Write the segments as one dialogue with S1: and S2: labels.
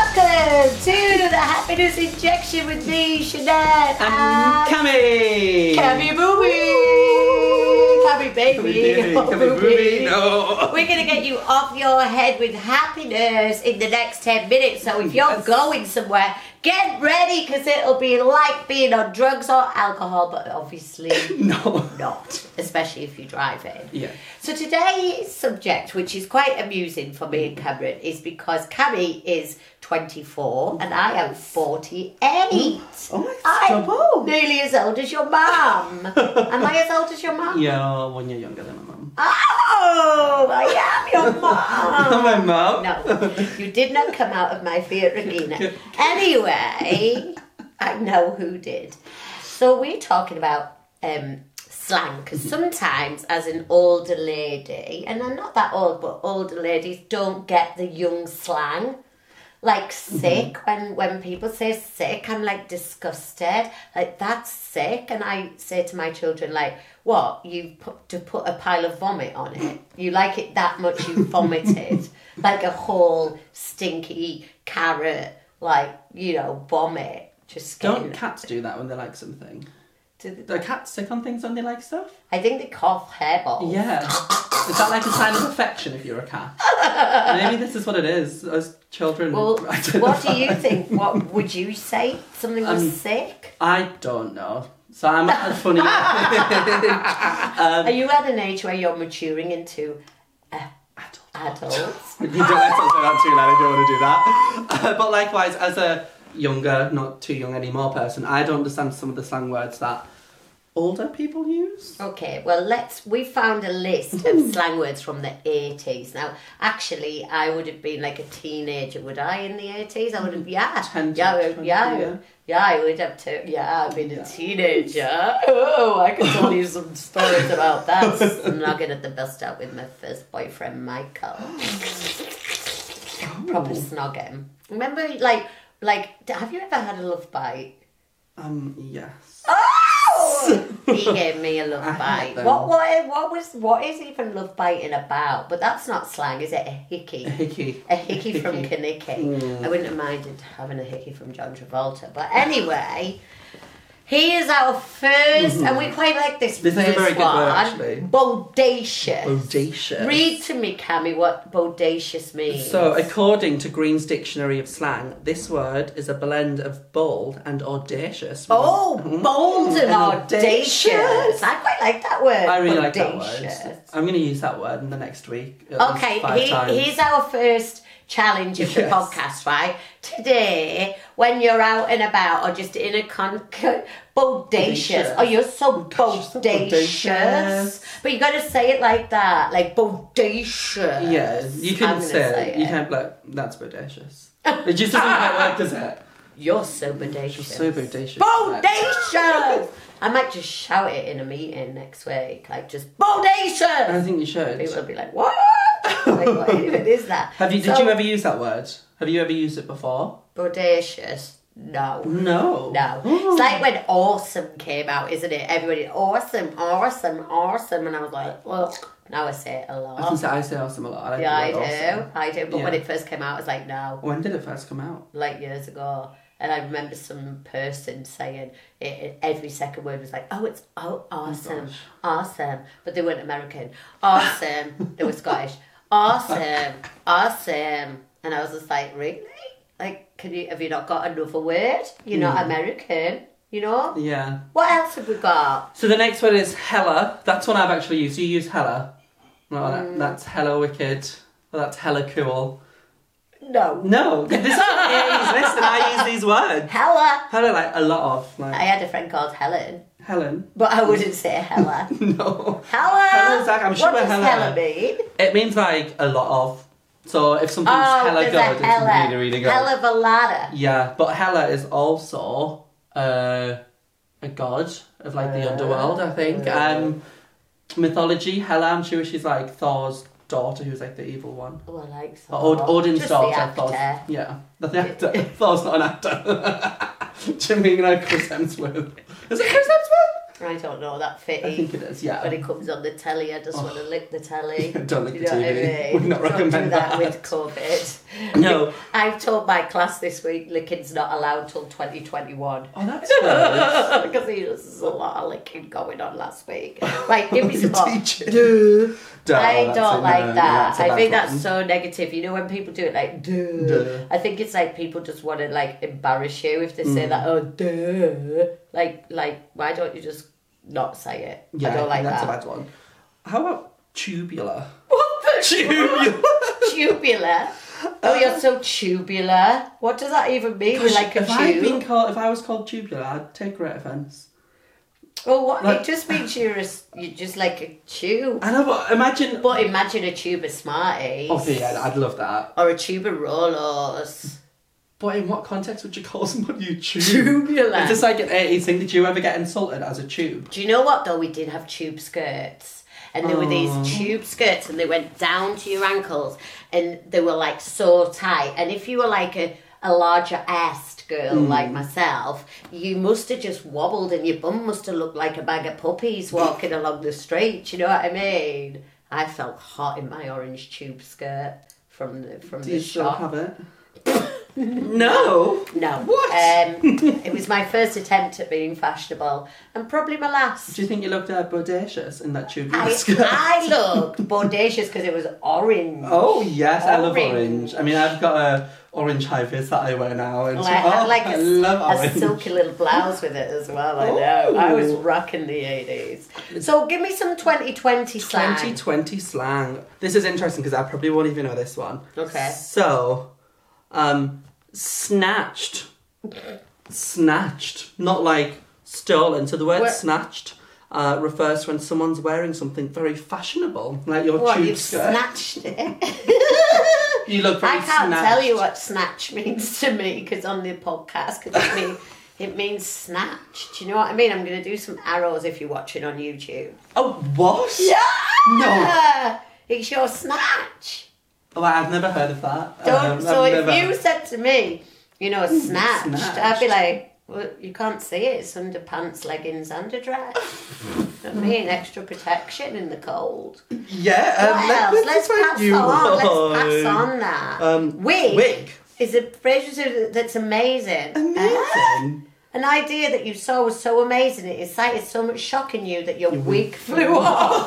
S1: Welcome to the happiness injection with me, Shanette.
S2: I'm coming.
S1: Cabby Booby. Cabby
S2: Cabby
S1: Baby.
S2: baby, cabby booby. No.
S1: We're going to get you off your head with happiness in the next 10 minutes. So if you're
S2: Yes.
S1: going somewhere, get ready because it'll be like being on drugs or alcohol, but obviously
S2: No.
S1: not, especially if you're driving.
S2: Yeah.
S1: So today's subject, which is quite amusing for me
S2: Mm.
S1: and Cameron, is because Cammy is 24 and I am 48.
S2: Oh my
S1: I'm
S2: trouble.
S1: nearly as old as your mum. am I as old as your mum?
S2: You're one year younger than my mum.
S1: Oh, I am your mum.
S2: Not my mum.
S1: Oh, No, you did not come out of my fear, Regina. Anyway, I know who did. So we're talking about um, slang because sometimes, as an older lady, and I'm not that old, but older ladies don't get the young slang. Like
S2: Mm-hmm.
S1: sick, when when people say sick, I'm like disgusted. Like that's sick, and I say to my children, like, what you put to put a pile of vomit on it. You like it that much? You vomited like a whole stinky carrot, like you know, vomit. Just
S2: Don't
S1: getting-
S2: cats do that when they like something?
S1: to the-
S2: Do cats sick on things when they like stuff?
S1: I think they cough hairballs.
S2: Yeah. Is that like a sign of affection if you're a cat? Maybe this is what it is. As children,
S1: Well,
S2: identify.
S1: what do you think? What would you say? Something was
S2: Um,
S1: sick?
S2: I don't know. So I'm not as funny. um,
S1: Are you at an age where you're maturing into uh, adults?
S2: You don't let something out too loud. I don't want to do that. Uh, but likewise, as a younger, not too young anymore person, I don't understand some of the slang words that older people use.
S1: Okay, well, let's. We found a list of slang words from the 80s. Now, actually, I would have been like a teenager, would I, in the 80s? I would have, yeah.
S2: 10 to
S1: yeah, I-
S2: 20,
S1: yeah,
S2: yeah.
S1: yeah. I would have to. Yeah, I've been
S2: Yeah.
S1: a teenager. Oh, I could tell you some stories about that. Snugging at the bus stop with my first boyfriend, Michael.
S2: Oh.
S1: Proper snogging. Remember, like, like, have you ever had a love bite?
S2: Um, yes.
S1: he gave me a
S2: Oh! I
S1: love
S2: hate
S1: bite.
S2: them.
S1: What what what was what is even love biting about? But that's not slang, is it? A hickey.
S2: A hickey. Hmm.
S1: A hickey from Kinnicky. I wouldn't have minded having a hickey from John Travolta. But anyway, he is our 1st and we quite like this,
S2: Mm-hmm. This is a
S1: first
S2: very good
S1: one.
S2: word, actually.
S1: Bodacious.
S2: Bodacious.
S1: Read to me, Cammy, what bodacious means.
S2: So, according to Green's Dictionary of Slang, this word is a blend of bold and audacious.
S1: Oh, bold and
S2: And
S1: audacious.
S2: audacious.
S1: I quite like that word.
S2: I really like that
S1: audacious.
S2: word. I'm going to use that word in the next week. at least
S1: Okay,
S2: five times.
S1: he, here's our first challenge of the
S2: Yes.
S1: podcast, right? Today, when you're out and about or just in a con, con- bodacious.
S2: Bodacious.
S1: Oh, you're so
S2: Gosh, you're so
S1: bodacious.
S2: bodacious.
S1: But you got to say it like that, like bodacious.
S2: Yeah, you
S1: I'm
S2: can
S1: gonna
S2: say, it. You can't be like, that's bodacious. it just doesn't quite work, does it?
S1: You're so bodacious.
S2: So bodacious.
S1: bodacious. I might just shout it in a meeting next week, like just bodacious.
S2: I think you should.
S1: People will be like, what? like, what even is that?
S2: Have you? Did
S1: So-
S2: you ever use that word? Have you ever used it before?
S1: Bodacious. No.
S2: No.
S1: No. It's like when Awesome came out, isn't it? Everybody, awesome, awesome, awesome. And I was like, well, now I say it a
S2: I, can
S1: lot.
S2: say, I say awesome a lot. I like
S1: Yeah, I
S2: the
S1: do.
S2: word awesome.
S1: I do. But when
S2: Yeah.
S1: it first came out, I was like, no,
S2: When did it first come out?
S1: like years ago. And I remember some person saying it, it- every second word was like, oh, it's oh, awesome,
S2: gosh.
S1: awesome. But they weren't American. Awesome. they were Scottish. Awesome, awesome. And I was just like, really? Like, can you have you not got another word? You're
S2: Hmm.
S1: not American, you know?
S2: Yeah.
S1: What else have we got?
S2: So the next one is hella. That's one I've actually used. You use hella. No,
S1: Mm.
S2: that, that's hella wicked. Or that's hella cool.
S1: No.
S2: No, this is on Amy's list, and I use these words.
S1: Hella.
S2: Hella, like a lot of like
S1: I had a friend called Helen,
S2: Helen.
S1: but I wouldn't say Hella.
S2: No.
S1: Hella.
S2: Hella's like- I'm sure
S1: what does
S2: Hella-
S1: Hella mean?
S2: It means like a lot of. So if something's
S1: Oh,
S2: hella
S1: there's
S2: good,
S1: a Hella.
S2: it's really, really good.
S1: Hella Valada.
S2: Yeah, but Hela is also uh, a god of like the
S1: Uh,
S2: underworld, I think. Um, mythology, Hela, I'm sure she's like Thor's daughter, who's like the evil one.
S1: Oh, I like some.
S2: Or Od- Odin's
S1: Just
S2: daughter.
S1: the actor.
S2: Thor's, yeah, not the actor. Thor's not an actor. Jimmy and I, Chris Hemsworth. Is it Chris Hemsworth?
S1: I don't know that
S2: I think
S1: fitty.
S2: it is. Yeah. Oh.
S1: When it comes on the telly, I just want to lick the telly.
S2: Don't lick
S1: You
S2: the
S1: know what I
S2: TV.
S1: mean?
S2: Would not
S1: Don't do
S2: recommend
S1: that
S2: that.
S1: with COVID.
S2: No.
S1: I I've told my class this week licking's not allowed till 2021.
S2: Oh, that's good.
S1: Because there was a lot of licking going on last week. Right, give me some
S2: You're
S1: more.
S2: teaching.
S1: Duh.
S2: Duh, Oh,
S1: I
S2: that's
S1: don't
S2: a
S1: like that.
S2: no, that's a
S1: I
S2: bad
S1: think that's
S2: one.
S1: so negative. You know when people do it like duh.
S2: Duh.
S1: I think it's like people just want to like embarrass you if they
S2: Mm.
S1: say that. Oh duh. Like like why don't you just not say it? I don't like
S2: that's
S1: that.
S2: a bad one. How about tubular?
S1: What the
S2: Tubular.
S1: tubular?
S2: Uh,
S1: Oh, you're so tubular. What does that even mean? You're like a
S2: if I'd
S1: tube.
S2: been called, if I was called tubular, I'd take great offence.
S1: Well, Oh, what
S2: like-
S1: it just means you're a, s- you're just like a tube.
S2: I know, but imagine.
S1: But imagine a tube of Smarties.
S2: Oh, yeah, I'd love that.
S1: Or a tube of Rolos.
S2: But in what context would you call somebody a tube?
S1: Tubular.
S2: It's just like an 80s thing. Did you ever get insulted as a tube?
S1: Do you know what though? We did have tube skirts, and there were these
S2: Oh.
S1: tube skirts, and they went down to your ankles, and they were like so tight. And if you were like a a larger assed girl
S2: Hmm.
S1: like myself, you must have just wobbled, and your bum must have looked like a bag of puppies walking along the street. Do you know what I mean? I felt hot in my orange tube skirt from the from
S2: Do
S1: the
S2: you still
S1: shop.
S2: have it? no.
S1: no,
S2: What?
S1: Um, it was my first attempt at being fashionable, and probably my last.
S2: Do you think you looked uh, bodacious in that tubular
S1: I,
S2: skirt?
S1: I looked bodacious because it was orange.
S2: Oh yes, I love
S1: Orange.
S2: orange. I mean, I've got a orange high vis that I wear now, and
S1: And I had
S2: oh,
S1: like a,
S2: I love
S1: a
S2: orange.
S1: silky little blouse with it as well. I know. I was
S2: Ooh.
S1: rocking the 80s. So give me some 2020 slang.
S2: 2020 slang. This is interesting because I probably won't even know this one.
S1: Okay.
S2: So, um, snatched. Snatched. Not like stolen. So the word
S1: Where-
S2: snatched uh, refers to when someone's wearing something very fashionable, like your
S1: what,
S2: tube
S1: you've
S2: skirt.
S1: snatched it?
S2: you look very
S1: I can't
S2: snatched.
S1: tell you what snatch means to me because on the podcast, because it, mean, it means snatch. Do you know what I mean? I'm going to do some arrows if you're watching on YouTube.
S2: Oh, what? Yeah. No.
S1: Ah, it's your snatch.
S2: Oh, I've never heard of that.
S1: Don't.
S2: Um,
S1: so
S2: I've
S1: if
S2: never- Mm,
S1: you said to me, you know, snatched, I'd be
S2: snatched.
S1: like, well, you can't see it. It's underpants, leggings, underdress. You know what I mean, extra protection in the cold.
S2: Yeah,
S1: What
S2: um,
S1: else? Let's pass
S2: you
S1: on. Let's pass
S2: one.
S1: on that.
S2: Um,
S1: wig.
S2: wig.
S1: Is a phrase that's- that's amazing.
S2: Amazing.
S1: An idea that you saw was so amazing it excited so much shock in you that your wig flew off.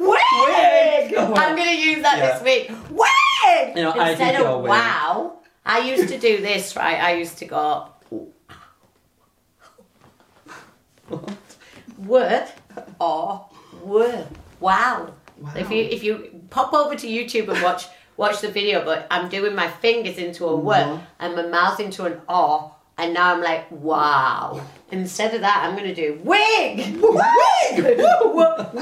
S1: Wig!
S2: Oh.
S1: I'm going to use that
S2: Yeah.
S1: this week. Wig!
S2: You know, I
S1: Instead
S2: think you're
S1: of
S2: wig.
S1: wow, I used to do this, right? I used to go. Word or word. Wow.
S2: Wow.
S1: If you if you pop over to YouTube and watch watch the video, but I'm doing my fingers into a word
S2: Mm-hmm.
S1: and my mouth into an or, and now I'm like wow. Instead of that, I'm gonna do wig.
S2: Wig!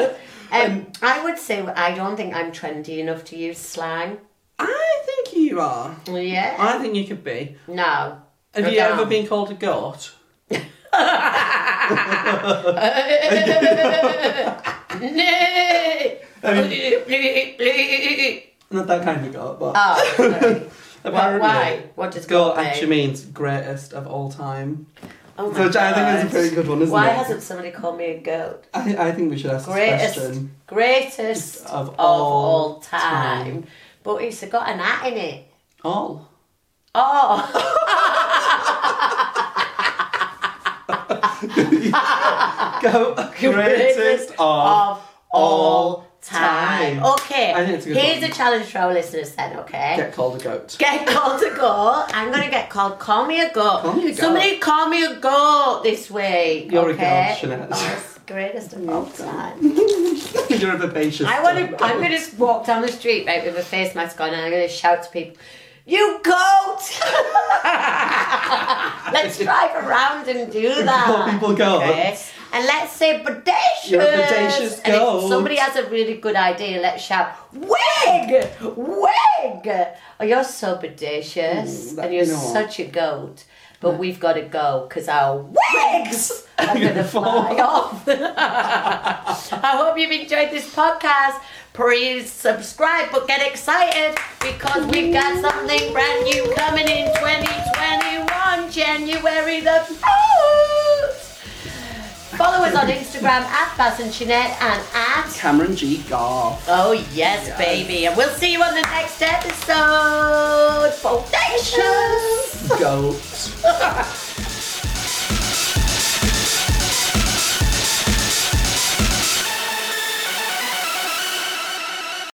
S1: Wig! um, I would say I don't think I'm trendy enough to use slang.
S2: I think you are.
S1: Yeah.
S2: I think you could be.
S1: No.
S2: Have
S1: Go
S2: you
S1: down.
S2: ever been called a goat? Not that kind of goat, but
S1: oh, sorry.
S2: apparently,
S1: why? What does
S2: goat
S1: goat mean?
S2: actually means greatest of all time.
S1: Oh my
S2: Which I think is a
S1: God.
S2: pretty good one, isn't
S1: Why
S2: it?
S1: hasn't somebody called me a goat?
S2: I, I think we should ask
S1: Greatest,
S2: this question.
S1: greatest
S2: Of
S1: of, all,
S2: all
S1: time. But it's got an at in it.
S2: All.
S1: Oh,
S2: Goat, greatest of.
S1: of all time.
S2: time.
S1: Okay,
S2: I think it's a good
S1: here's
S2: one.
S1: a challenge for our listeners then. Okay,
S2: Get called a goat.
S1: Get called a goat. I'm gonna get called. Call me a goat.
S2: Call me a goat.
S1: Somebody call me a goat this week.
S2: You're a
S1: okay?
S2: goat, Sinead.
S1: Oh, it's the greatest of all time.
S2: You're a vivacious.
S1: I want
S2: goat.
S1: to. I'm gonna just walk down the street right with a face mask on, and I'm gonna shout to people, "You goat!" let's drive around and do
S2: Call
S1: that.
S2: people goats.
S1: Okay? And let's say bodacious.
S2: You're a bodacious
S1: And if
S2: goat.
S1: somebody has a really good idea, let's shout, wig! Wig! Oh, you're so bodacious.
S2: Mm, that-
S1: and you're
S2: no.
S1: such a goat. But we've got to go because our wigs are going to
S2: Gonna fall
S1: fly off. I hope you've enjoyed this podcast. Please subscribe, but get excited because we've got something brand new coming in 2021, January the 1st. Follow us on Instagram Instagram at Baz and Jeanette and at.
S2: Cameron G. Garth.
S1: Oh, yes,
S2: Yes.
S1: baby. And we'll see you on the next episode. Foundations.
S2: Goat.